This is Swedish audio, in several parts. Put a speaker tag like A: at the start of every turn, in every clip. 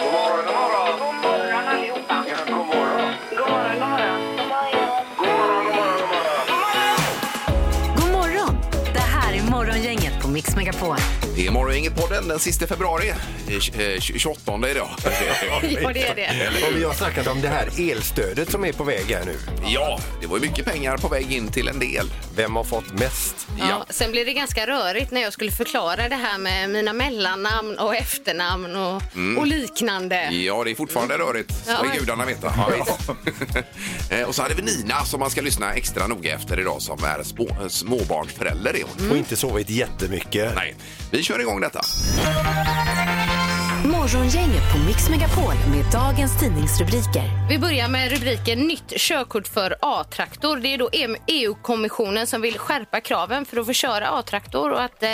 A: God morgon, god morgon.
B: God morgon allihopa.
A: Ja, god morgon.
B: God morgon, god morgon.
A: God morgon, god morgon,
C: God
A: god morgon.
C: morgon! Det här är Morgongänget på Mix Megapol.
D: Det är Morgongänget-podden den sista februari. Eh, eh, 28 idag.
B: Ja, det är det.
E: Och vi har snackat om det här elstödet som är på väg här nu.
D: ja, det var ju mycket pengar på väg in till en del.
E: Vem har fått mest?
D: Ja.
F: Ja, sen blev det ganska rörigt när jag skulle förklara det här med mina mellannamn och efternamn och, och liknande.
D: Ja, det är fortfarande rörigt. Ska
F: Mm. Ja.
D: gudarna veta. Eh, och så hade vi Nina som man ska lyssna extra noga efter idag som är små, eh, småbarnsförälder. Är
F: Mm.
D: hon.
E: Och inte sovit jättemycket.
D: Mm. Nej, vi kör igång detta.
C: Morgongänget på Mix Megapol med dagens tidningsrubriker.
F: Vi börjar med rubriken Nytt körkort för A-traktor. Det är då EM EU-kommissionen som vill skärpa kraven för att få köra A-traktor och att eh,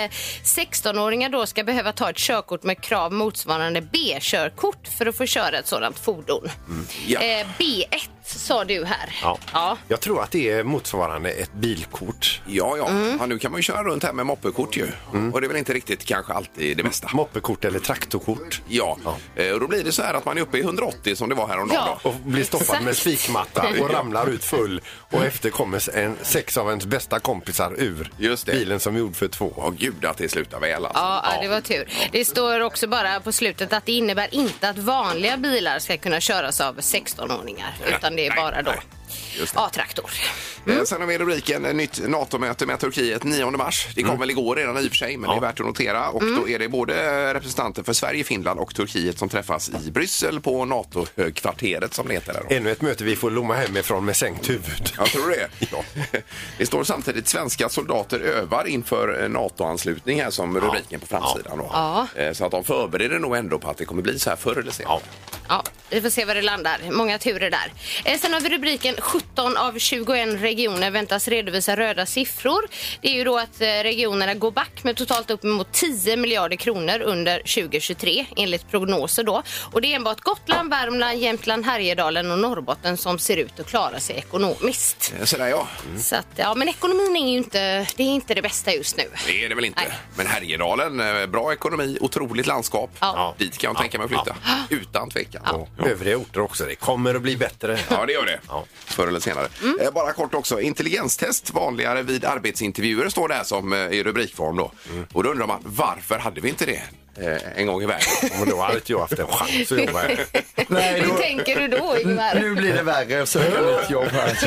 F: 16-åringar då ska behöva ta ett körkort med krav motsvarande B-körkort för att få köra ett sådant fordon.
D: Ja.
F: Eh, B1 sa du här.
E: Ja.
F: ja.
E: Jag tror att det är motsvarande ett bilkort.
D: Ja, ja.
F: Mm.
D: ja. Nu kan man ju köra runt här med moppekort ju. Och det är väl inte riktigt kanske alltid det bästa.
E: Moppekort eller traktorkort.
D: Ja, Eh, och då blir det så här att man är uppe i 180 som det var häromdagen.
F: Ja.
D: Då.
E: Och blir stoppad
F: Exakt.
E: med spikmatta och ramlar ut full. Och efter kommer en, sex av ens bästa kompisar ur
D: Just det.
E: bilen som är gjord för två.
D: Ja, gud att det slutar väl alltså.
F: Ja, ja, det var tur. Det står också bara på slutet att det innebär inte att vanliga bilar ska kunna köras av 16-åringar, utan det är
D: nej,
F: bara då
D: nej. Just det.
F: A-traktor. Mm.
D: Eh, Sen har vi rubriken eh, Nytt NATO-möte med Turkiet 9 mars. Det kom
F: Mm.
D: väl igår redan i och för sig, men det är värt att notera. Och då är det både representanter för Sverige, Finland och Turkiet som träffas i Bryssel på NATO-högkvarteret som det heter. Där. då.
E: Ännu ett möte vi får lomma hemifrån med sänkt huvud.
D: Jag tror det. Ja. Det står samtidigt svenska soldater övar inför eh, NATO-anslutning här som rubriken på framsidan. då.
F: Ja.
D: Eh, Så att de förbereder nog ändå på att det kommer bli så här förr eller senare.
F: Ja, vi får se var det landar. Många turer där. Eh, sen har vi rubriken 17 av 21 regioner väntas redovisa röda siffror. Det är ju då att eh, regionerna går back med totalt upp mot 10 miljarder kronor under 2023 enligt prognoser då. Och det är enbart Gotland, Värmland, Jämtland, Härjedalen och Norrbotten som ser ut att klara sig ekonomiskt.
D: Eh, Sådär ja.
F: Så att, ja, men ekonomin är ju inte det, är inte det bästa just nu.
D: Det är det väl inte.
F: Nej.
D: Men Härjedalen, eh, bra ekonomi, otroligt landskap.
F: Ja.
D: Dit kan jag tänka mig att flytta. Utan tvekan. Ja.
E: Övriga orter också. Det kommer att bli bättre.
D: Ja, det gör det.
E: Ja.
D: Förr eller senare. Eh, Bara kort också. Intelligenstest vanligare vid arbetsintervjuer står det här som eh, i rubrikform då. Och då undrar man varför hade vi inte det eh, en gång i världen?
E: Men då hade inte jag haft en chans att jobba här.
G: Nej,
F: Hur
G: då,
F: tänker du då, Ingmar?
G: nu blir det värre att söka nytt jobb här.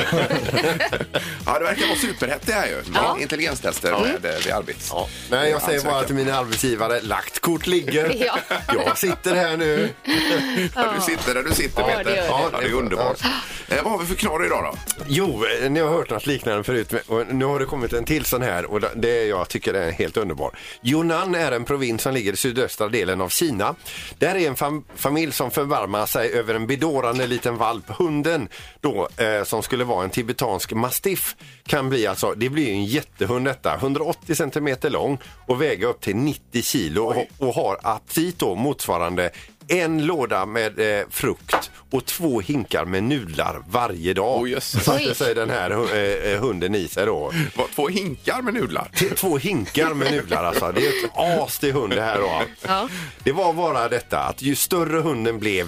D: ja, det verkar vara superhett det här ju.
F: Ja.
D: Intelligenstester med, eh, vid arbets...
E: Ja. Nej, jag säger bara till mina arbetsgivare, lagt kort ligger.
F: Ja.
E: Jag sitter här nu.
D: Ja, du sitter där du sitter,
F: Ja,
D: Peter.
F: det gör det.
D: Ja, det är underbart. Eh, Vad har vi för knorr idag då?
E: Jo, eh, ni har hört något liknande förut men- och nu har det kommit en till sån här och det är- jag tycker är helt underbar. Yunnan är en provins som ligger i sydöstra delen av Kina. Där är en fam- familj som förvarmar sig över en bedårande liten valp, hunden då, eh, som skulle vara en tibetansk mastiff. Kan bli alltså, det blir ju en jättehund detta, 180 centimeter lång och väga upp till 90 kilo och, och har aptit då motsvarande en låda med eh, frukt och två hinkar med nudlar varje dag.
D: Oj, jösses.
E: Satte sig den här eh, eh, hunden i sig då.
D: Vad- Två hinkar med nudlar?
E: Till två hinkar med nudlar alltså. Det är ett as till hund det här då.
F: Ja.
E: Det var bara detta att ju större hunden blev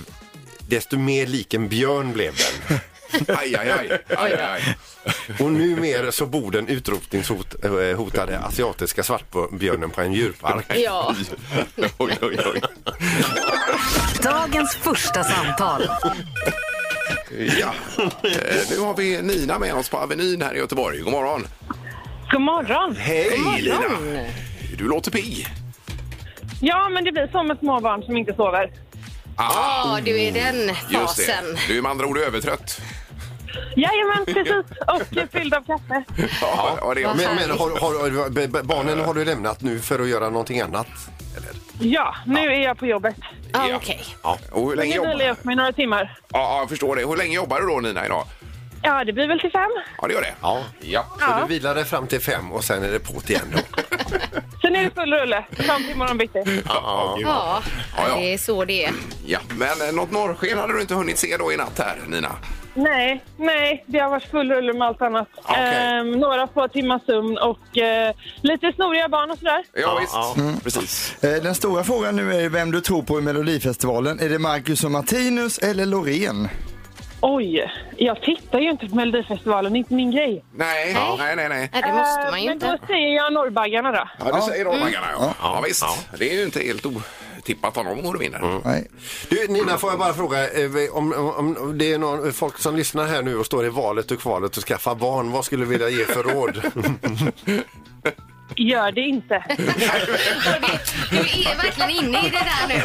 E: desto mer lik en björn blev den.
D: Aj, aj, aj. aj, aj.
E: Och numera så bor den utrotningshotade asiatiska svartbjörnen på en djurpark.
F: Ja.
D: Oj, oj, oj.
C: Dagens första samtal.
D: Ja. Eh, Nu har vi Nina med oss på Avenyn här i Göteborg. God morgon.
H: God morgon!
D: Hej Lina! Du låter pigg.
H: Ja, men det blir som ett småbarn som inte sover.
F: Ja, du är i den
D: Ah, Just det.
F: Ah, fasen.
D: Du är med andra ord övertrött.
H: Jajamän, precis. Och fylld av kaffe.
D: Ja, ja, det är
E: Men,
D: jag.
E: men har, har, b- b- barnen har du lämnat nu för att göra någonting annat?
H: Ja, nu är jag på jobbet.
F: Ja,
D: Ja.
F: okej.
D: Och hur
H: Nu
D: länge
H: vilar
D: jobbar
H: jag
D: ja,
H: upp mig några timmar.
D: ja, jag förstår det. Hur länge jobbar du då Nina idag?
H: Ja, det blir väl till fem.
D: Ja, det gör det.
E: Ja.
D: Ja.
E: Så du vilar dig fram till fem och sen är det på igen då?
H: Sen är det full rulle fram till imorgon bitti.
D: Ja, ja.
F: Ja,
D: Ja, ja.
F: det är så det är.
D: ja. Men eh, något norrsken hade du inte hunnit se då i natt här Nina?
H: Nej, nej, det har varit full rulle med allt annat.
D: Ah, Okej.
H: Ehm, några få timmars sömn och eh, lite snoriga barn och sådär.
D: Ja, visst. Mm. Precis.
G: Eh, Den stora frågan nu är vem du tror på i Melodifestivalen. Är det Marcus och Martinus eller Loreen?
H: Oj, jag tittar ju inte på Melodifestivalen, det är inte min grej.
D: Nej, nej, nej. nej.
F: Nej, det måste
H: Ehm,
F: man ju
H: men
F: inte.
H: då säger jag Norrbaggarna då.
D: Ja, du säger Norrbaggarna, Mm. ja. Ja, Mm. visst. Det är ju inte helt otippat om de går och vinner.
G: Nej.
E: Du, Nina, får jag bara fråga eh, om, om, om det är någon, folk som lyssnar här nu och står i valet och kvalet att skaffa barn. Vad skulle du vilja ge för råd?
H: Gör det inte.
D: Mm.
F: Och det- Du är verkligen inne i det där nu.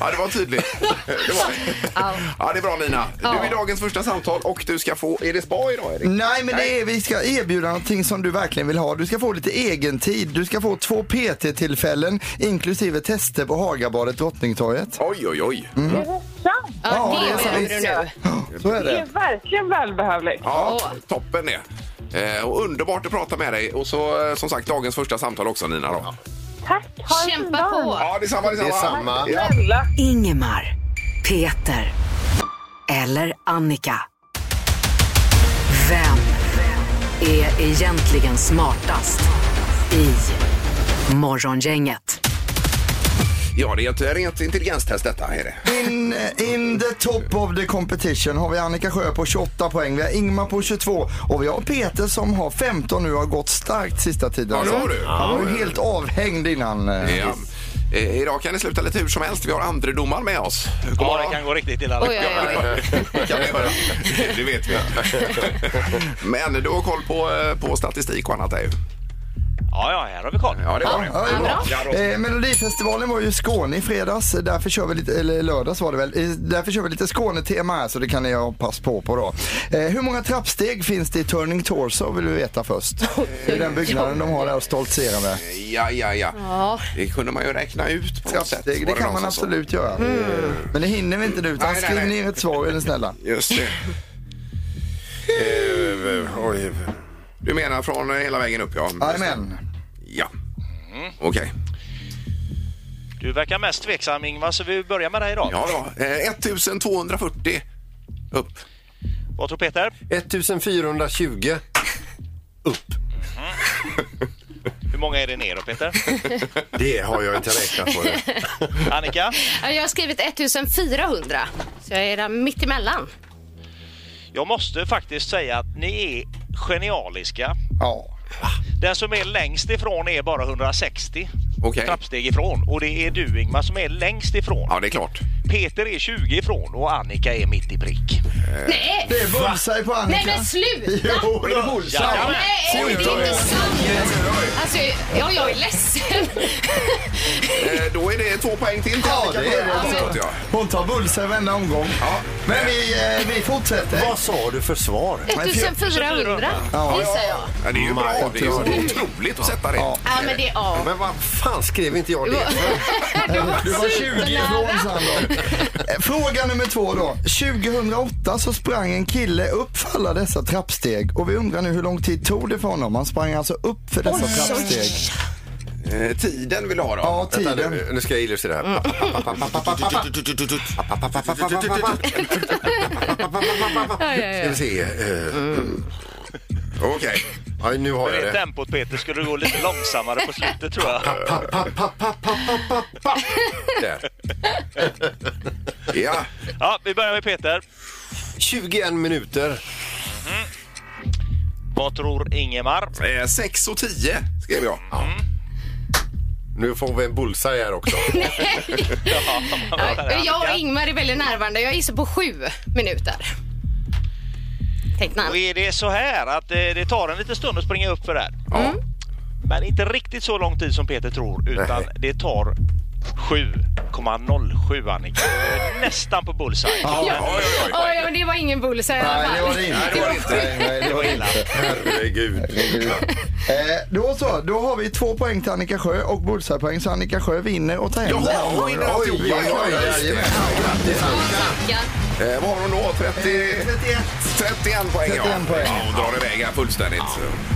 D: Ja, det var tydligt. Det var det.
F: Ja.
D: Ja, det är bra Nina. Du är dagens första samtal och du ska få... Är det spa idag, Erik?
G: Nej, men det är, vi ska erbjuda någonting som du verkligen vill ha. Du ska få lite egen tid. Du ska få två PT-tillfällen inklusive tester på Hagabadet Drottningtorget.
D: Oj, oj, oj.
H: Det är sant.
F: Ja,
G: det är
F: det
G: så
F: behöver
G: visst.
F: du nu.
G: Så är
H: Det är
G: det.
H: verkligen välbehövligt.
D: Ja, toppen det. Eh, och underbart att prata med dig. Och så eh, som sagt dagens första samtal också Nina. Då.
H: Tack, ha en fin
F: Kämpa
H: dag.
F: på.
D: Ja, detsamma, detsamma.
E: Detsamma.
D: Ja.
H: Snälla.
C: Ingemar, Peter eller Annika. Vem är egentligen smartast i Morgongänget?
D: ja, det är ett rent intelligenstest detta. Är det.
G: In, eh, in the top of the competition har vi Annika Sjö på 28 poäng, vi har Ingmar på 22 och vi har Peter som har 15 nu och har gått starkt sista tiden.
D: Ja, det har du.
G: Han var ju helt avhängd innan. eh,
D: Ja. Eh, idag kan det sluta lite hur som helst. Vi har andre domaren med oss. God
B: Ja, det kan gå riktigt illa.
F: Oj, oj, oj.
D: Kan vi göra. Det vet vi. Men du har koll på, eh, på statistik och annat där ju.
B: Ja, ja, här har vi koll.
D: Ja, det har
G: Ja, det är bra.
D: Ja, då-
G: Eh, Melodifestivalen var ju i Skåne i fredags, därför kör vi lite, eller lördags var det väl, Eh, därför kör vi lite Skånetema här så det kan ni ha pass på på då. Eh, hur många trappsteg finns det i Turning Torso vill vi veta först. Det är den byggnaden de har där att stoltsera med.
D: Ja, ja, ja.
F: Ja.
D: Det kunde man ju räkna ut på något sätt.
G: Trappsteg, det
D: var
G: kan
D: någon
G: man
D: som sa.
G: absolut göra.
F: Mm.
G: Eh, Men det hinner vi inte nu utan
D: Nej, nej,
G: skriv
D: nej.
G: ner ett svar är ni snälla.
D: Just det. Eh, eh, oj. Du menar från eh, hela vägen upp, ja?
G: Jajamän.
D: Ja. Okej.
B: Du verkar mest tveksam Ingvar, så vi börjar med dig idag.
D: Ja, då. Eh, 1240 upp.
B: Vad tror Peter?
E: 1420.
B: Hur många är det ner då Peter?
E: Det har jag inte räknat på. Det.
B: Annika?
F: Ja, Jag har skrivit 1400, så jag är där mittemellan.
B: Jag måste faktiskt säga att ni är genialiska.
G: Ja.
B: Den som är längst ifrån är bara 160
D: Okej.
B: trappsteg ifrån. Och det är du Ingmar som är längst ifrån.
D: Ja, det är klart.
B: Peter är 20 ifrån och Annika är mitt i prick.
F: Nej!
G: Det är bullseye på Annika.
F: Nej men sluta!
G: Jo, det är bullseye.
B: Jajamän.
F: Nej, det är inte sant! Alltså, ja, jag är ledsen.
D: Eh, då är det två poäng till till
G: Ja,
D: Annika
G: det är
D: på
G: det.
D: kontot, ja.
G: Hon tar bullseye varenda omgång.
D: Ja.
G: Men vi, eh, vi fortsätter.
E: Vad sa du för svar?
F: 1400
G: Ja.
F: gissar jag.
D: Ja, det är ju bra.
E: Mm.
D: Det är ju otroligt att sätta det.
F: Ja men det är ja.
E: Men vad fan skrev inte jag det för?
G: Du var 20 ifrån
F: supernära.
G: Sandra. Eh, Fråga nummer två då. 2008 så sprang en kille upp för alla dessa trappsteg och vi undrar nu hur lång tid tog det för honom? Han sprang alltså upp för dessa trappsteg.
D: Eh, tiden vill du ha då?
G: Ja,
E: Vänta,
G: tiden.
E: nu, nu ska jag illustrera här. Ska vi se. eh,
D: Okej.
E: Ja, nu har jag
B: Med det
E: det.
B: tempot Peter skulle du gå lite långsammare på slutet tror jag.
E: Där.
D: Ja.
B: Ja, vi börjar med Peter.
E: 21 minuter.
B: Vad tror Ingemar?
D: Eh, 6 och 10 skrev jag.
E: Nu får vi en bullseye här också.
B: Annika?
F: Jag och Ingmar är väldigt närvarande. Jag gissar på sju minuter. Tänkte han.
B: Och är det så här att eh, det tar en liten stund att springa upp för där?
D: Ja.
B: Men inte riktigt så lång tid som Peter tror utan
E: Nej.
B: det tar 7,07 Annika. Eh, Nästan på bullseye.
D: Oj, oj, oj.
F: Oj, ja, men det var ingen bullseye i alla
G: Nej,
F: fall.
G: det var det inte.
D: Nej, det var det inte.
G: Nej, nej, det var det inte.
E: Herregud.
G: Eh, då så, då har vi två poäng till Annika Sjö och bullseyepoäng så Annika Sjö vinner och tar hem det här
D: Jaha, hon
G: omgången.
D: vinner
G: Oj,
D: alltihopa.
G: oj, oj,
D: Ja,
G: jajamän.
D: just det.
F: Tackar.
D: Eh, vad har hon då? 30...
G: 31.
D: 31 poäng,
G: 31 poäng.
D: Ja, och drar iväg här fullständigt.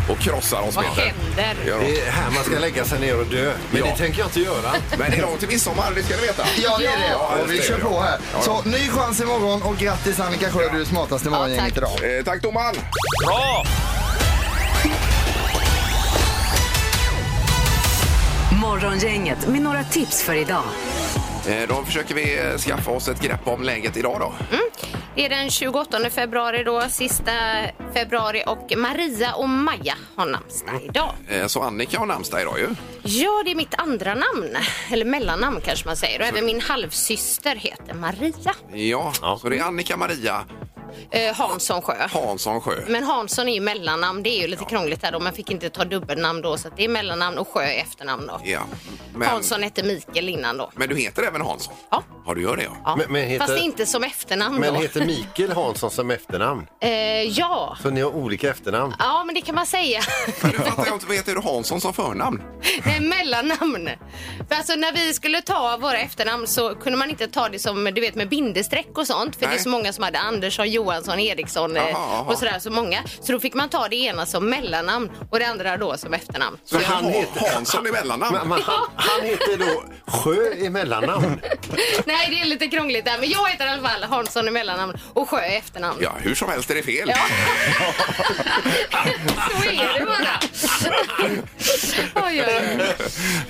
D: Och krossar oss,
F: Vad
D: Peter.
F: händer?
D: Det gör de.
E: Det är här man ska lägga sig ner och dö. Men
D: Ja.
E: det tänker jag inte göra.
D: Men det är långt till midsommar, det ska ni veta.
G: Ja, det är det.
D: Ja,
G: och vi
D: det är
G: kör
D: det.
G: på här.
D: Ja, ja.
G: Så ny chans imorgon och grattis Annika Sjö, du är smartast i morgongänget
F: Ja,
G: idag.
F: tack.
D: Eh, tack domaren!
B: Bra!
C: Morgongänget med några tips för idag.
D: Eh, då försöker vi eh, skaffa oss ett grepp om läget idag då.
F: Det är den 28 februari då, sista februari och Maria och Maja har namnsdag idag.
D: Eh, så Annika har namnsdag idag ju.
F: Ja, det är mitt andra namn, eller mellannamn kanske man säger. Och även min halvsyster heter Maria
D: Ja, så det är Annika Maria
F: eh, Hansson Sjö.
D: Hansson Sjö.
F: Men Hansson är ju mellannamn, det är ju lite krångligt där då. Man fick inte ta dubbelnamn då, så att det är mellannamn och Sjö är efternamn då.
D: Ja. Men,
F: Hansson hette Mikael innan då.
D: men du heter även Hansson?
F: Ja.
D: Ja, du gör det ja.
F: Ja.
E: Men- men heter-
F: Fast det är inte som efternamn
E: Men
F: då.
E: heter Mikael Hansson som efternamn?
F: Eh, ja.
E: Så ni har olika efternamn?
F: ja, men det kan man säga.
D: Men nu fattar jag inte, vad heter du Hansson som förnamn?
F: Det är mellannamn. För alltså när vi skulle ta våra efternamn så kunde man inte ta det som du vet med bindestreck och sånt. För
D: Nej.
F: det är så många som hade Andersson, Johansson, Eriksson eh,
D: Jaha, jaha.
F: och sådär. Så många. Så då fick man ta det ena som mellannamn och det andra då som efternamn.
D: Så
E: Men
D: han
E: han
D: heter... Hansson i mellannamn?
E: Men, men han, han heter då Sjö i mellannamn.
F: Nej, det är lite krångligt där. Men jag heter i alla fall Hansson i mellannamn och Sjö i efternamn.
D: Ja, hur som helst är det fel.
F: Ja. så är det bara. oj, oj, oj.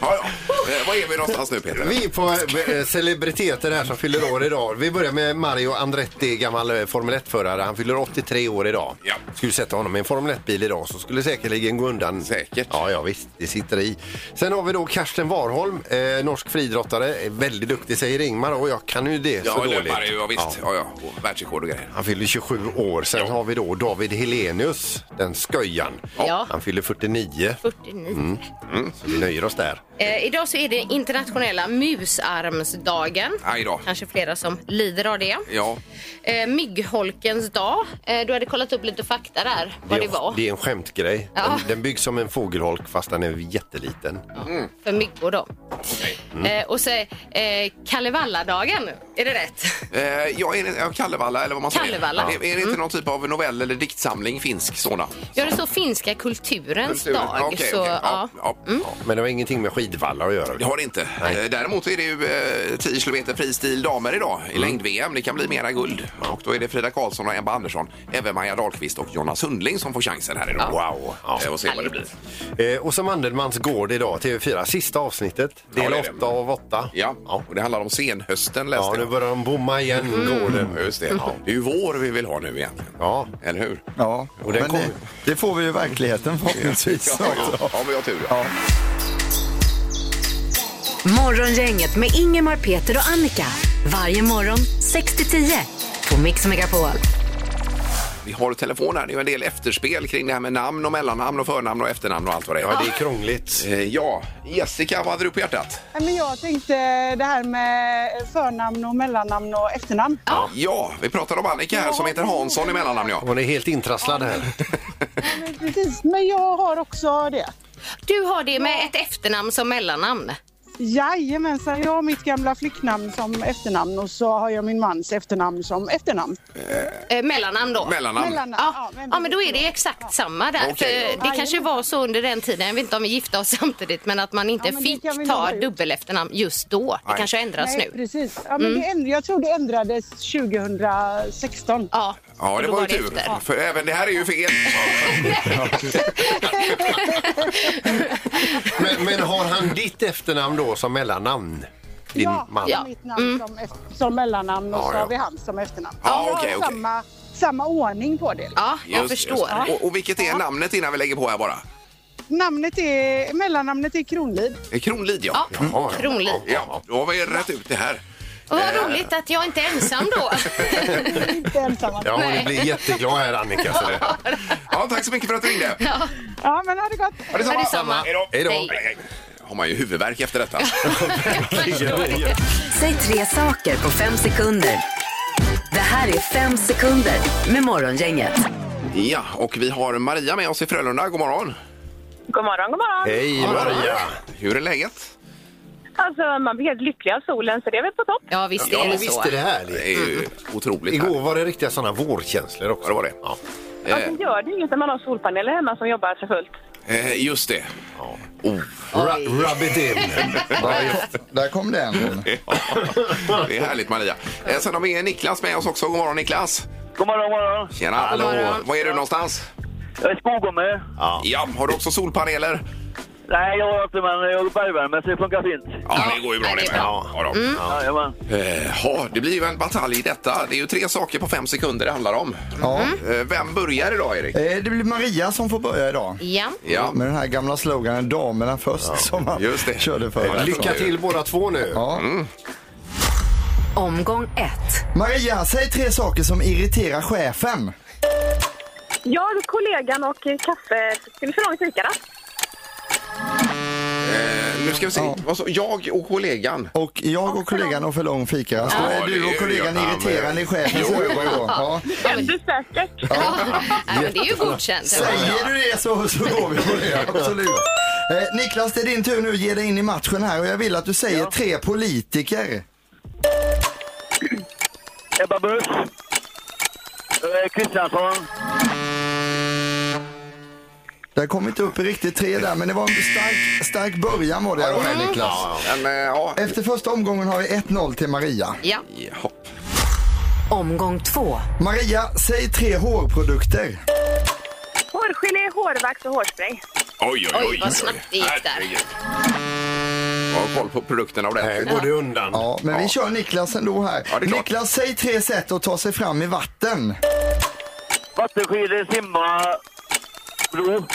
D: Ja, ja. Eh, var är vi någonstans nu Peter?
E: Vi är på eh, celebriteter här som fyller år idag. Vi börjar med Mario Andretti, gammal eh, Formel 1-förare. Han fyller 83 år idag.
D: Ja.
E: Skulle sätta honom i en Formel 1-bil idag så skulle säkerligen gå undan.
D: Säkert.
E: Ja, ja visst. Det sitter i. Sen har vi då Karsten Warholm, eh, norsk friidrottare. Är Väldigt duktig säger Ingmar och jag kan ju det så
D: Ja,
E: dåligt.
D: löpare ju, ja, visst. Ja, ja. Och världsrekord och grejer.
E: Han fyller 27 år. Sen har vi då David Helenius, den sköjan.
F: Ja.
E: Han fyller 49.
F: 49.
E: Så vi nöjer oss där.
F: Eh, idag så är det internationella musarmsdagen.
D: Aj då.
F: Kanske flera som lider av det.
D: Ja.
F: Eh, myggholkens dag. Eh, du hade kollat upp lite fakta där, vad det var
E: det är en skämtgrej.
F: Ja.
E: Den, den byggs som en fågelholk fast den är jätteliten.
F: för myggor då. Eh, och så eh, Kalevala-dagen, är det rätt?
D: Eh, ja, är det, ja, Kallevalla eller vad man
F: Kallevalla. Mm.
D: säger. Är, är det inte någon typ av novell eller diktsamling, finsk sådan?
F: Ja, det står finska kulturens dag.
D: Okej,
F: så,
D: okej.
F: Ja. Mm.
D: Ja, ja.
E: Men det har ingenting med skidvallar att göra.
D: Det har det inte. Eh, Däremot är det ju eh, 10 kilometer fristil damer idag i längd-VM. Det kan bli mera guld. Och då är det Frida Karlsson och Ebba Andersson, även Maja Dahlqvist och Jonas Sundling som får chansen här idag.
E: Wow. Ja.
D: Eh, Och se vad det blir.
E: Eh, och som Mandelmans gård idag, TV4, sista avsnittet.
D: Ja,
E: Del
D: det är
E: 8
D: det.
E: av 8.
D: Ja, och det handlar om senhösten läste
E: ja nu
D: jag.
E: börjar de bomma igen,
F: Mm.
E: gården.
D: Ja, Just det. Det är ju vår vi vill ha nu egentligen.
E: Ja.
D: Eller hur?
G: Ja,
E: Och den
G: men
E: kommer-
G: det, det får vi ju i verkligheten förhoppningsvis.
D: Ja, ja. ja vi har tur. Ja.
C: Morgongänget med Ingemar, Peter och Annika. Varje morgon 6 till 10 på Mix Megapol.
D: Vi har telefon här. Det är ju en del efterspel kring det här med namn och mellannamn och förnamn och efternamn och allt vad det är.
E: Ja, det
F: Ah.
E: är krångligt.
D: Eh, Ja, Jessica, vad hade du på hjärtat?
H: Nej, Men jag tänkte det här med förnamn och mellannamn och efternamn.
D: Ja, vi pratade om Annika här som heter Hansson i mellannamn. Ja.
E: Hon är helt intrasslad här.
H: Men Precis, men jag har också det.
F: Du har det med ett efternamn som mellannamn.
H: Jajamensan, jag har mitt gamla flicknamn som efternamn och så har jag min mans efternamn som efternamn.
F: Eh, mellannamn då.
D: Mellannamn.
F: Ja, ja, men då är det exakt samma där.
D: Okej.
F: För det kanske var så under den tiden, jag vet inte om vi gifte oss samtidigt, men att man inte
H: Ja, men det
F: fick
H: kan vi
F: ta
H: lova ut.
F: dubbel efternamn just då. Det
D: Nej.
F: kanske har ändrats
H: Nej,
F: nu. Mm.
H: precis. Ja, men det änd- jag tror det ändrades 2016.
F: Ja,
D: Ja,
F: och
D: det
F: då
D: var ju
F: det
D: tur.
F: efter.
D: För även det här är ju fel.
E: Men, men har han ditt efternamn då som mellannamn? Din
H: ja,
E: man?
H: det är mitt namn
F: Mm.
H: som, eft- som mellannamn och
D: Ja,
H: så
D: ja.
H: har vi hans som efternamn.
D: Ja,
H: vi har
D: okej, okej.
H: samma, samma ordning på det.
F: Ja, jag
D: Just,
F: förstår.
D: just. Och, och vilket är namnet innan vi lägger på här bara?
H: Namnet är, mellannamnet är Kronlid.
D: Eh, Kronlid, ja.
F: Ja, Kronlid.
D: Ja, då har vi rätt ut det här.
F: Och vad roligt att jag inte är ensam då.
H: Vi är Inte ensamma.
E: Ja, hon
F: Nej.
E: blir jätteglad här Annika. Så det.
D: Ja, tack så mycket för att du ringde.
H: Ja, men ha det gott.
D: Ha
F: Ja, detsamma.
D: Hej då.
E: Hej då.
F: Hej.
D: Hej, hej. Har man ju huvudvärk efter detta.
C: Säg tre saker på fem sekunder. Det här är fem sekunder med Morgongänget.
D: Ja, och vi har Maria med oss i Frölunda. God morgon.
H: God morgon, god morgon.
E: Hej Maria!
D: Hur är läget?
I: Alltså, man blir helt lycklig av solen, så det är väl på topp.
F: Ja, visst
E: Ja,
F: är det
E: men
F: så.
E: visst är det härligt.
D: Det är ju otroligt. här.
E: Igår var det riktiga sådana vårkänslor också.
D: Ja, det var det.
E: Ja.
I: Ja, sen gör det inget när man har solpaneler hemma som jobbar för fullt.
D: Eh, Just det. Oh,
E: Ru- Rub it in.
G: Ja, just. Där kom den. Eh,
D: det är härligt Maria. Eh, Sen har vi Niklas med oss också. God morgon Niklas.
A: God morgon, god morgon.
D: Tjena.
F: morgon.
D: Var är du någonstans?
A: Jag är i Skogome.
E: Ja.
D: Ja, har du också solpaneler?
A: Nej, jag har inte, men jag har bergvärme så det funkar fint.
D: Ja, det går ju bra
F: Ja, det
D: det
F: är
D: med. Ja, ja, då.
A: Jajamän.
D: Eh, ja, det blir ju en batalj i detta. Det är ju tre saker på fem sekunder det handlar om.
G: Ja.
D: Eh, Vem börjar idag Erik?
G: Eh, Det blir Maria som får börja idag.
F: Ja.
D: Ja.
G: Med den här gamla sloganen damerna först som man
D: just det.
G: körde förut.
E: Lycka till båda två nu.
G: Ja.
C: Omgång ett.
G: Maria, säg tre saker som irriterar chefen.
I: Jag, kollegan och eh, kaffe... Ska vi förlånga fikarna?
D: Eh, Nu ska vi se. Vad sa- Jag och kollegan.
G: Och jag och kollegan har för lång fikarast. Då
D: Ja,
G: är
D: det
G: du
D: är
G: och kollegan
D: ju- ja, men-
G: irriterande i chefens ögon då. Ja.
I: Ändå säkert.
F: Nej, men det är ju godkänt.
G: Säger du det så, så går vi på det. Absolut. Eh, Niklas, det är din tur nu. Ge dig in i matchen här och jag vill att du säger tre politiker.
A: Ebba Busch. Eh, Kristiansson.
G: Det kom inte upp i riktigt tre där, men det var en stark, stark början var det.
D: Ja, det var
G: Mm.
D: det, Niklas. Men, eh, ja.
G: Efter första omgången har vi 1-0 till Maria.
F: Ja.
D: Jaha.
C: Omgång två.
G: Maria, säg tre hårprodukter.
I: Hårgelé, hårvax och hårspray.
D: Oj, oj, oj.
F: Oj, vad snabbt det gick där.
D: Herregud. Jag har koll på produkterna
E: Här
D: ordentligt.
E: går det undan.
G: Ja, men vi kör Niklas ändå här.
D: Ja, det är klart.
G: Niklas, säg tre sätt att ta sig fram i vatten.
A: Vattenskidor, simma, bro.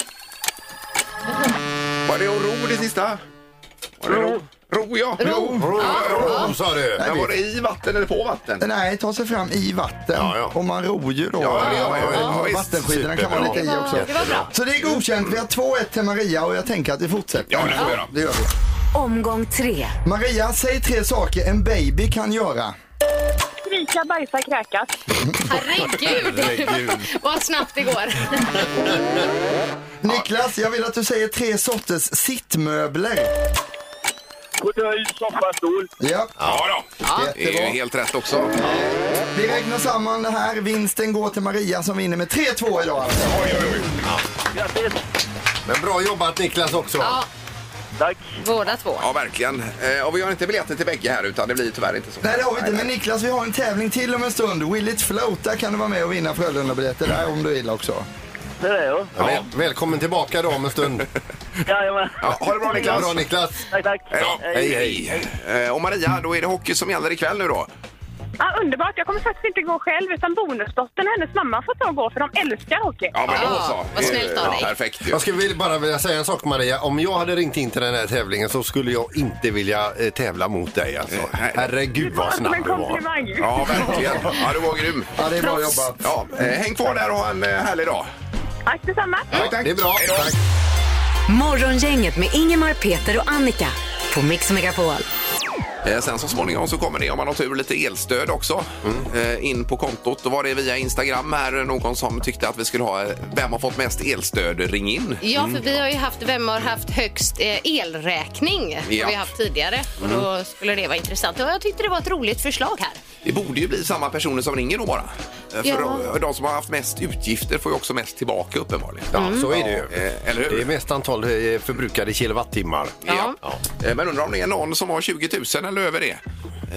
D: Var det att ro det sista? Var det ro? Ro, ja. Ro.
E: Ro, ro, sa du.
D: Men var det i vatten eller på vatten?
G: Nej, ta sig fram i vatten.
E: Ja, ja.
G: Och man ror ju då.
D: Ja, ja, ja, ja,
G: Och
D: visst.
G: Vattenskidorna kan man
E: Superbra.
G: lite i också.
F: Det var bra.
G: Så det är godkänt. Vi har 2-1 till Maria och jag tänker att vi fortsätter.
D: Ja, det får vi göra.
G: det gör vi.
C: Omgång tre.
G: Maria, säg tre saker en baby kan göra.
I: Skrika, bajsa, kräkas.
F: Herregud, vad snabbt det går.
G: Niklas, jag vill att du säger tre sorters sittmöbler.
A: Fåtölj, soffa, stol.
G: Ja,
D: Ja, då. Det är ju
G: jättebra.
D: helt rätt också.
G: Vi räknar samman det här. Vinsten går till Maria som vinner med 3-2 idag. Alltså.
A: Grattis!
E: Men bra jobbat Niklas också.
F: Ja,
A: Tack!
F: båda två.
D: Ja, verkligen. Eh, och vi har inte biljetter till bägge här, utan det blir tyvärr inte så.
G: Nej, det har vi inte. Men Niklas, vi har en tävling till om en stund. Will it float? Där kan du vara med och vinna Frölunda-biljetter där om du vill också.
A: Det är det, ja.
E: Ja, väl- Välkommen tillbaka då om en stund.
A: Jajamän.
D: Ja, ha det bra, Niklas.
E: Bra Niklas.
A: Tack, tack.
D: Ja, hej, hej. Eh, Och Maria, då är det hockey som gäller ikväll nu då.
I: Ja, underbart. Jag kommer faktiskt inte gå själv, utan bonusdottern och hennes mamma får ta och gå, för de älskar hockey.
D: Ja, men då
F: Ah,
D: så.
F: vad snällt av
D: Ja,
F: dig.
D: Perfekt ju.
E: Jag skulle vilja- bara vilja säga en sak Maria. Om jag hade ringt in till den här tävlingen så skulle jag inte vilja eh, tävla mot dig alltså.
D: nej.
E: Herregud vad
I: Som
E: snabb
I: en
E: du var.
I: komplimang.
D: Ja, verkligen. Ja, du var grym.
G: Ja, det är bra jobbat.
D: Ja, eh, häng kvar där och ha en eh, härlig dag.
I: Tack detsamma.
E: Ja, det är bra.
D: Hej då.
E: Tack.
C: Morgongänget med Ingemar, Peter och Annika på Mix Megapol.
D: Eh, Sen så småningom så kommer det, om man har tur, lite elstöd också
E: Mm.
D: eh, in på kontot. Då var det via Instagram här eh, någon som tyckte att vi skulle ha eh, Vem har fått mest elstöd? Ring in.
F: Ja, för vi har ju haft Vem har haft högst eh, elräkning? Har
D: Ja.
F: vi haft tidigare. Och då skulle det vara intressant. Och jag tyckte det var ett roligt förslag här.
D: Det borde ju bli samma personer som ringer då bara. Eh, För
F: Ja.
D: de som har haft mest utgifter får ju också mest tillbaka uppenbarligen.
E: Ja, så är det ju.
D: Eh, Eller
E: Det är
D: hur?
E: mest antal eh, förbrukade kilowattimmar.
F: Ja.
D: Eh, Men undrar om det är någon som har 20 000 eller över det?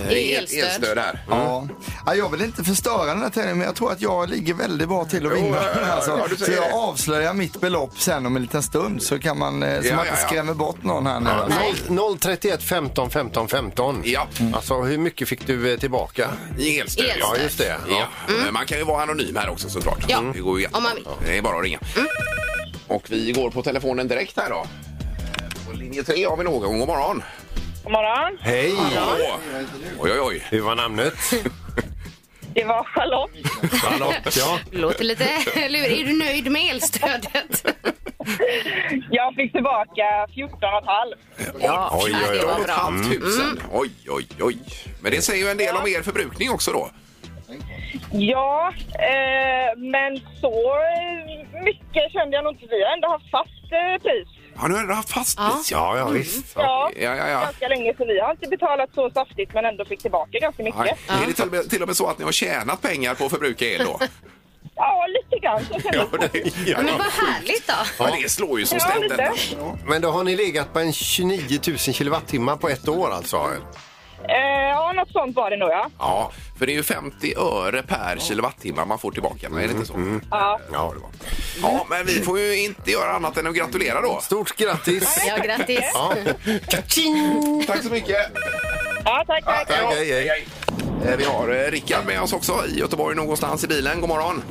D: Eh,
F: I
D: el-
F: elstöd.
D: Elstöd här.
G: Ja. Ja, jag vill inte förstöra den här tävlingen men jag tror att jag ligger väldigt bra till att
D: Jo,
G: vinna
D: ja, ja,
G: den.
D: ja,
G: Alltså.
D: ja, du
G: så
D: säger
G: jag
D: det.
G: avslöjar mitt belopp sen om en liten stund så, kan man, eh, så
D: Ja,
G: man
D: ja,
G: inte
D: ja.
G: skrämmer bort någon här nu. alltså.
E: 0, 031 15 15 15.
D: Ja.
E: Alltså hur mycket fick du eh, tillbaka?
D: I elstöd, ja.
E: Ja, just det.
D: Ja. men Man kan ju vara anonym här också såklart.
F: Ja.
D: Det går ju jättebra.
F: Om man vill.
D: Det är bara att ringa. Och vi går på telefonen direkt här då. På linje 3 har vi någon. God morgon.
I: God morgon.
E: Hej!
D: Åh. Oj, oj, oj.
E: Hur var namnet?
I: Det var Charlotte.
E: Charlotte, ja.
F: Låter lite lurig. Är du nöjd med elstödet?
I: Jag fick tillbaka 14 och
F: Ja,
E: Oj,
F: ja,
E: oj,
F: det var
E: oj.
D: Ett
F: bra.
D: halvt tusen. Oj, oj, oj. Men det säger ju en del om er förbrukning också då.
I: Ja, eh, men så eh, mycket kände jag nog inte. Vi har ändå haft fast eh, pris.
D: Har ni ändå haft fast
F: Ja.
D: pris?
E: Ja, ja visst. Ja.
I: Ja,
D: Ja, ja, ja.
I: ganska länge. Så vi har alltid betalat så saftigt men ändå fick tillbaka ganska
D: Nej.
I: mycket.
D: Är det till och, med, till och med så att ni har tjänat pengar på att förbruka el då?
I: Ja, lite grann. Så känner
D: Ja, det,
F: Ja, men vad härligt då.
D: ja, det slår ju så
I: Ja,
D: ställt detta.
I: lite.
E: Men då har ni legat på en 29 000 kilowattimmar på ett år alltså?
I: Eh, ja, något sånt var det nog ja.
D: Ja, för det är ju 50 öre per kilowattimme man får tillbaka. Är det inte så?
I: Ja.
D: Ja, det var. ja, men vi får ju inte göra annat än att gratulera då.
E: Stort grattis!
F: Ja, grattis.
E: Ja. Kaching!
D: Tack så mycket.
I: Ja, tack, tack.
E: Tack, hej, hej.
D: Eh, Vi har eh, Rickard med oss också i Göteborg någonstans i bilen. God morgon.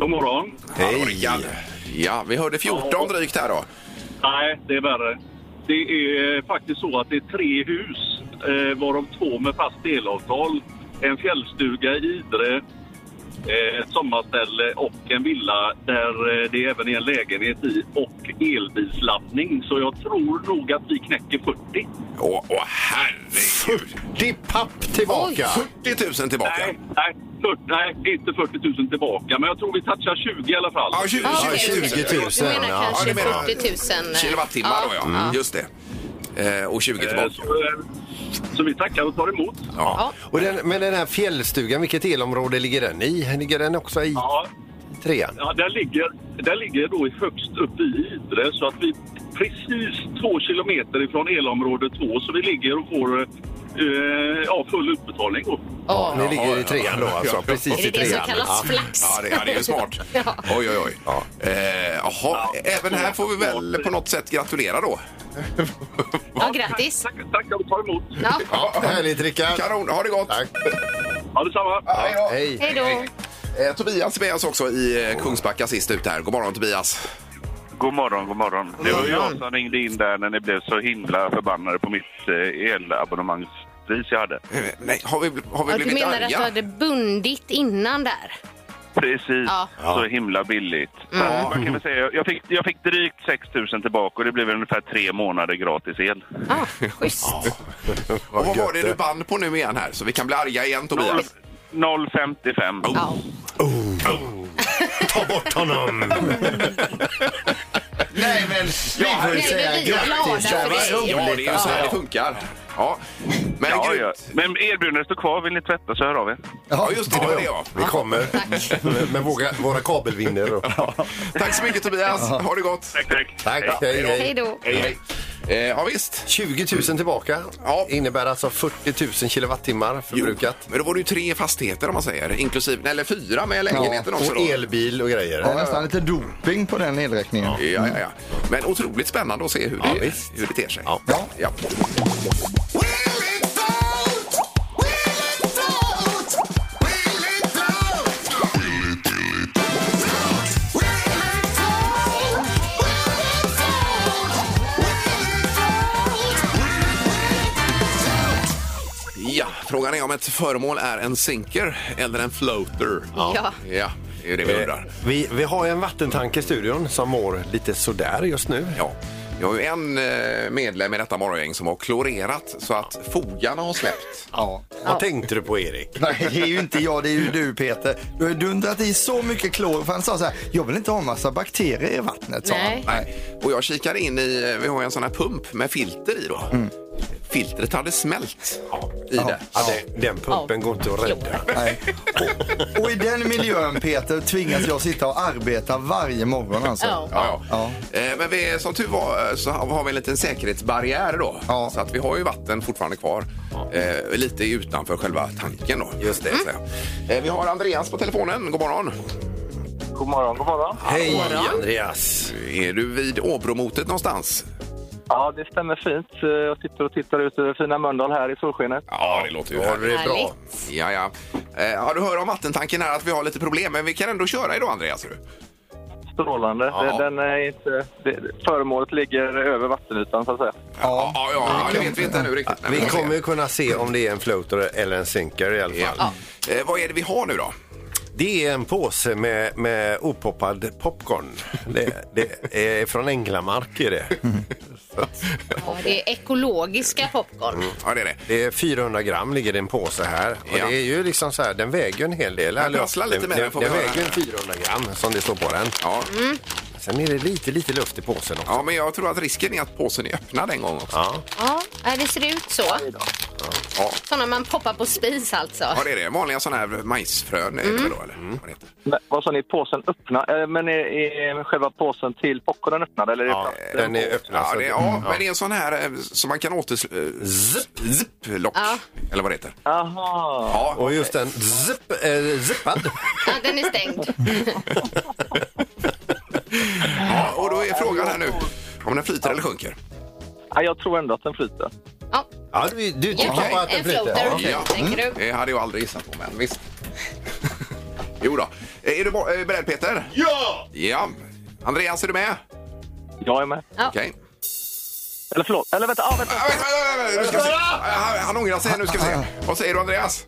A: God morgon.
D: Hallå, Rickard. Ja, vi hörde 14 drygt här då.
A: Nej, det är värre. Det är eh, faktiskt så att det är tre hus, eh, varav två med fast delavtal. En fjällstuga i Idre, eh, ett sommarställe och en villa där eh, det även är en lägenhet i och elbilsladdning. Så jag tror nog att vi knäcker 40.
D: Åh, åh herregud.
E: 40 papp tillbaka!
D: 40 000 tillbaka.
A: Nej, nej, 40, nej, inte 40 000 tillbaka, men jag tror vi touchar 20 i alla fall.
D: Ja, 20,
F: Ja,
E: Ja,
D: 20 000.
E: 20 000.
F: Du menar
D: Ja,
E: ja.
F: kanske
D: det menar jag.
F: 40 000. eh,
D: Kilowattimmar då, ja. Mm. Just det. Eh, Och 20
A: Eh,
D: tillbaka.
A: Så, eh, så vi tackar och tar emot.
D: Ja.
E: Och den, men den här fjällstugan, vilket elområde ligger den i? Ligger den också i
A: Ja,
E: trean?
A: ja, där, ligger, där ligger då i högst uppe i Idre så att vi precis två kilometer ifrån elområde 2 så vi ligger och får eh, ja, full utbetalning. då.
E: Ja, ni ligger i trean då alltså,
D: Ja.
E: precis
F: Är
E: i
F: det det som
E: trean.
F: kallas flax?
D: Ja, det, ja, det är ju smart. Oj, oj, oj. Ja. Eh, jaha, även här får vi väl på något sätt gratulera då.
F: Ja, grattis.
A: Tack, tackar och tar emot.
F: Ja,
E: Ja, härligt Rickard!
D: Kanon, ha det gott!
E: Tack.
A: Ha detsamma.
D: Hej då!
E: Hej!
F: hej då.
D: Eh, Tobias är med oss också i eh, Kungsbacka sist ut här. God morgon Tobias!
A: God morgon, god morgon. Det var jag som ringde in där när ni blev så himla förbannade på mitt eh, elabonnemangspris jag hade.
D: Eh, Nej, har vi, har vi
F: Ja, du
D: blivit
F: menar att du
D: arga?
F: hade bundit innan där?
A: Precis,
F: Ja.
A: så himla billigt. Ja, man kan väl säga, jag, fick, jag fick drygt 6 000 tillbaka och det blev ungefär tre månader gratis el.
F: Ja, Ah, schysst.
D: Och vad var det
E: gött
D: du band på nu igen här? Så vi kan bli arga igen Tobias.
A: 0,55.
F: Ja.
E: Ta bort honom! Nej men, jag får
F: Nej, men vi är glada för det.
D: Ja, det är ju så här det funkar. Ja, men
A: Ja,
D: grymt.
A: ja. Men erbjudandet står kvar. Vill ni tvätta så hör av er.
D: Ja, just det, det var det ja.
E: Vi kommer med, med våga, våra kabelvinder. Och...
D: Tack så mycket Tobias, ha det gott!
A: Tack, tack.
E: Tack, hej,
F: Hej
E: hej.
F: då.
D: Hej, hej. Eh, ja, visst.
E: 20 000 tillbaka
D: Ja.
E: innebär alltså 40 000 kilowattimmar förbrukat.
D: Men då var det ju tre fastigheter om man säger, inklusive, eller fyra med lägenheten också.
E: Och
D: Då.
E: elbil och grejer.
G: Det var nästan lite doping på den elräkningen.
D: Ja, ja, ja. Men otroligt spännande att se hur,
E: Ja,
D: det,
E: visst.
D: hur det ter sig.
E: Ja.
D: Ja. Ja, frågan är om ett föremål är en sinker eller en floater.
F: Ja.
D: Ja, det är ju det
E: Eh.
D: vi undrar.
E: Vi, vi har en vattentank i studion som mår lite sådär just nu.
D: Ja. Vi har ju en eh, medlem i detta morgongäng som har klorerat så att fogarna har släppt.
G: Ja.
E: Vad tänkte du på Erik?
G: Nej, det är ju inte jag, det är ju du Peter. Du har dundrat i så mycket klor för han sa så här, jag vill inte ha massa bakterier i vattnet sa
F: Nej.
G: han.
D: Nej. Och jag kikade in i, vi har ju en sån här pump med filter i då. Filtret hade smält i det.
E: Ja, det, den pumpen går inte att rädda.
G: Nej. Och, och i den miljön Peter tvingas jag sitta och arbeta varje morgon alltså.
F: Ja.
D: Ja, ja. Eh, Men vi, som tur var eh, så har har vi en liten säkerhetsbarriär då.
G: Ja.
D: Så att vi har ju vatten fortfarande kvar. Eh, lite utanför själva tanken då. Just det. Eh, vi har Andreas på telefonen. God morgon.
A: God morgon, god morgon.
E: Hej Andreas!
D: Är du vid Åbromotet någonstans?
A: Ja, det stämmer fint.
J: Eh,
A: Jag sitter och tittar ut över fina Mölndal här i solskenet.
D: Ja, det låter ju
E: Har du det bra?
F: Härligt.
D: Ja, ja. Eh, ja, du hör om vattentanken här att vi har lite problem, men vi kan ändå köra idag Andreas. Du.
A: Strålande.
D: Ja.
A: Den är inte, det- föremålet ligger över vattenytan, så att säga.
D: Ja, ja, ja, det vet vi inte nu riktigt.
E: Vi
D: men får
E: kommer
D: se.
E: ju kunna se om det är en floater eller en sinker i alla fall.
D: Ja. Eh, vad är det vi har nu då?
E: Det är en påse med, med opoppad popcorn. Det, det är från Änglamark är det.
F: Ja, det är ekologiska popcorn.
D: Ja, det är det.
E: Det är 400 gram ligger det i en påse här. Och
D: Ja.
E: det är ju liksom så här, den väger ju en hel del.
D: prasslar lite med den,
E: den,
D: får
E: den,
D: vi höra
E: väger
D: här.
E: ju 400 gram som det står på den.
D: Ja.
E: Sen är det lite, lite luft i påsen också.
D: Ja, men jag tror att risken är att påsen är öppnad en gång också.
E: Ja.
F: Ja, nej, det ser ut så.
D: Ja.
F: Sådana man poppar på spis alltså.
D: Ja, det är det. Vanliga sådana här majsfrön är det väl då, eller? Vad det heter.
J: Men, vad sa ni, påsen öppna? Eh, Men är, är själva påsen till popcornen öppnad? Eller är det
E: Ja,
J: plast?
E: den är
D: Ja,
E: öppnad. så
D: Alltså,
E: Mm.
D: det, mm,
E: att-
D: ja, men det är en sån här eh, som man kan åter... Zipp, zipp lock,
F: Ja.
D: eller vad det heter.
J: Jaha.
D: Ja,
E: Och just den zipp, eh, zippad.
F: Ja, den är stängd.
D: ja, och då är frågan här nu om den flyter eller sjunker.
J: Ja, jag tror ändå att den flyter.
F: Ja,
E: Ja, du, du tycker
D: Okej.
E: på att den
F: en
E: flyter?
F: floater.
E: Ja.
D: Ja, Mm.
F: Tänker du?
D: det hade jag aldrig gissat på, men visst. jo då. Eh, Är du bo- eh, beredd, Peter? Ja! Ja. Andreas, är du med?
J: Jag är med.
F: Ja.
D: Okej.
J: Eller förlåt, eller vänta, ah, vänta.
D: Ah, vänta, vänta, vänta, nu ska vi se. Ah, Han, han ångrar sig. Nu ska vi se. Vad säger du, Andreas?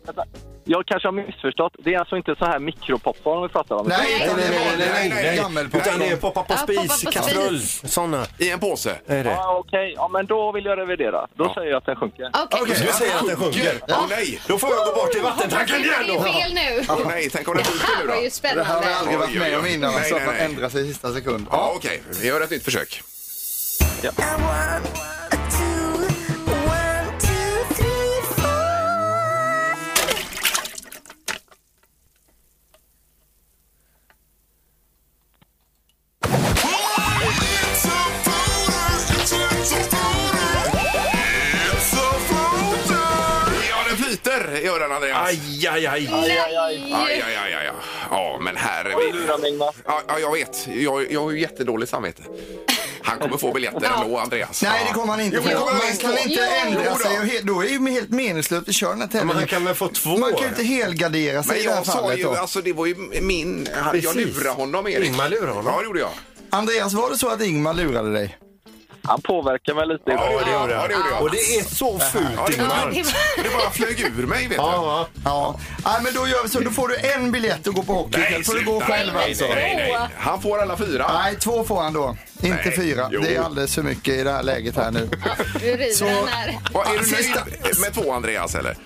J: Jag kanske har missförstått. Det är alltså inte så här mikropopcorn vi pratar om?
G: Nej,
F: Nej,
G: utan det är
D: nej, nej, nej,
G: vanlig
D: nej.
G: gammelpopcorn.
E: Utan det är poppa på
F: Ja, poppa på
E: spis,
F: spis.
E: kastrull, sådana.
D: I en påse?
E: Är det?
J: Ah, Okej, ja, men då vill jag revidera. Då säger jag att den sjunker.
F: Okej.
E: Du säger att den sjunker.
D: Åh, nej!
E: Då får jag gå bort till vattentanken
F: Det
E: igen
F: är
E: då.
F: fel nu.
D: Åh, nej, tänk om den flyter nu
F: Det var ju
D: då?
G: Det här har jag
F: spännande.
G: aldrig varit med om innan,
D: Nej,
G: så att
D: nej,
G: man
D: nej.
G: ändrar sig i sista sekund.
D: Ja, okej. Vi gör ett nytt försök. Ja, den flyter, gör den, Andreas.
E: Aj, aj, aj.
D: Aj, aj, aj, aj, aj. Ja, men här... Är vi...
J: Lura mig, Ingmar.
D: ja, ja, jag vet. Jag, jag har ju jättedåligt samvete. Han kommer få biljetter ändå, Andreas.
G: Nej, det kommer han inte
D: Jo, det
G: få.
D: kommer han
G: Man
D: inte
G: kan
D: få.
G: inte
F: Jo.
D: Jo
G: ändra
D: då.
G: sig. och he- Då är det ju helt meningslöst att köra den här
E: Men han
G: tävlingen.
E: kan väl få två?
G: Man kan ju inte helgardera sig
D: Men
G: i det här
D: jag sa
G: fallet.
D: ju,
G: Då.
D: alltså det var ju min... han- Jag
E: Precis.
D: lurade honom, Erik.
E: Ingmar lurade honom.
D: Ja, det gjorde jag.
G: Andreas, var det så att Ingmar lurade dig?
J: Han påverkar mig lite.
D: Ja,
J: idag.
D: det gjorde
E: jag.
D: Ja, det gjorde jag.
E: Och det är så
D: Ja,
E: fult,
D: det,
E: Ingmar.
D: bara,
F: det var-
D: det bara flög ur mig, vet du.
E: Ja,
G: Ja. Nej, men då gör vi så. Då får du en biljett att gå på hockey. Nej, får du gå
D: sluta.
G: själv
D: Nej,
G: alltså.
D: nej, nej, nej. Han får alla fyra.
G: Nej, två får han då. Inte
D: Nej,
G: fyra.
D: jo.
G: Det är alldeles för mycket i det här läget här nu.
F: Du river
G: Så-
F: den här.
D: Vad, är du
G: Sista.
D: nöjd med två, Andreas, eller?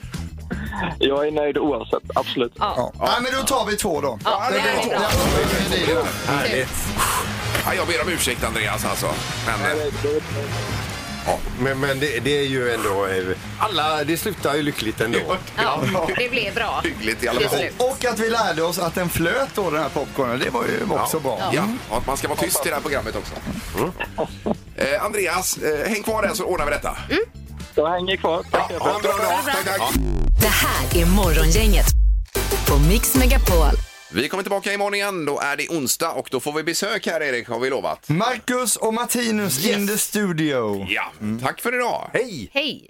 J: Jag är nöjd oavsett, absolut.
G: Ja. Nej, men då tar vi två då.
F: Ja, det här är bra.
G: Ja, det är det.
E: härligt.
D: Ja, jag ber om ursäkt, Andreas, alltså. Men, eh,
E: Men, men det, det är ju ändå... eh, Alla, det slutar ju lyckligt ändå.
F: Ja, det blev bra.
D: hyggligt i alla
F: Till
D: fall.
F: slut.
G: Och att vi lärde oss att den flöt då, den här popcornen. Det var ju också bra.
D: Ja, och att man ska vara tyst i det här programmet också.
J: Mm.
D: Eh, Andreas, eh, häng kvar där så ordnar vi detta.
J: Jag hänger kvar. Tack.
D: Mm. Ja, ha en bra dag. Tack, tack.
C: Det här är Morgongänget på Mix Megapol.
D: Vi kommer tillbaka imorgon igen. Då är det onsdag och då får vi besök här, Erik, har vi lovat.
G: Marcus och Martinus in the studio.
D: Ja, Mm. tack för idag.
E: Hej!
F: Hej.